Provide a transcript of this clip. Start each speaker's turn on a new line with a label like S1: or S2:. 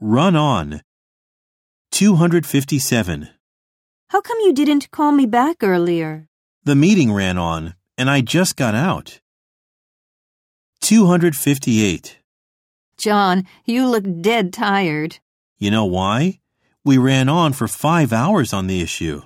S1: Run on. 257.
S2: How come you didn't call me back earlier?
S1: The meeting ran on, and I just got out. 258.
S2: John, you look dead tired.
S1: You know why? We ran on for five hours on the issue.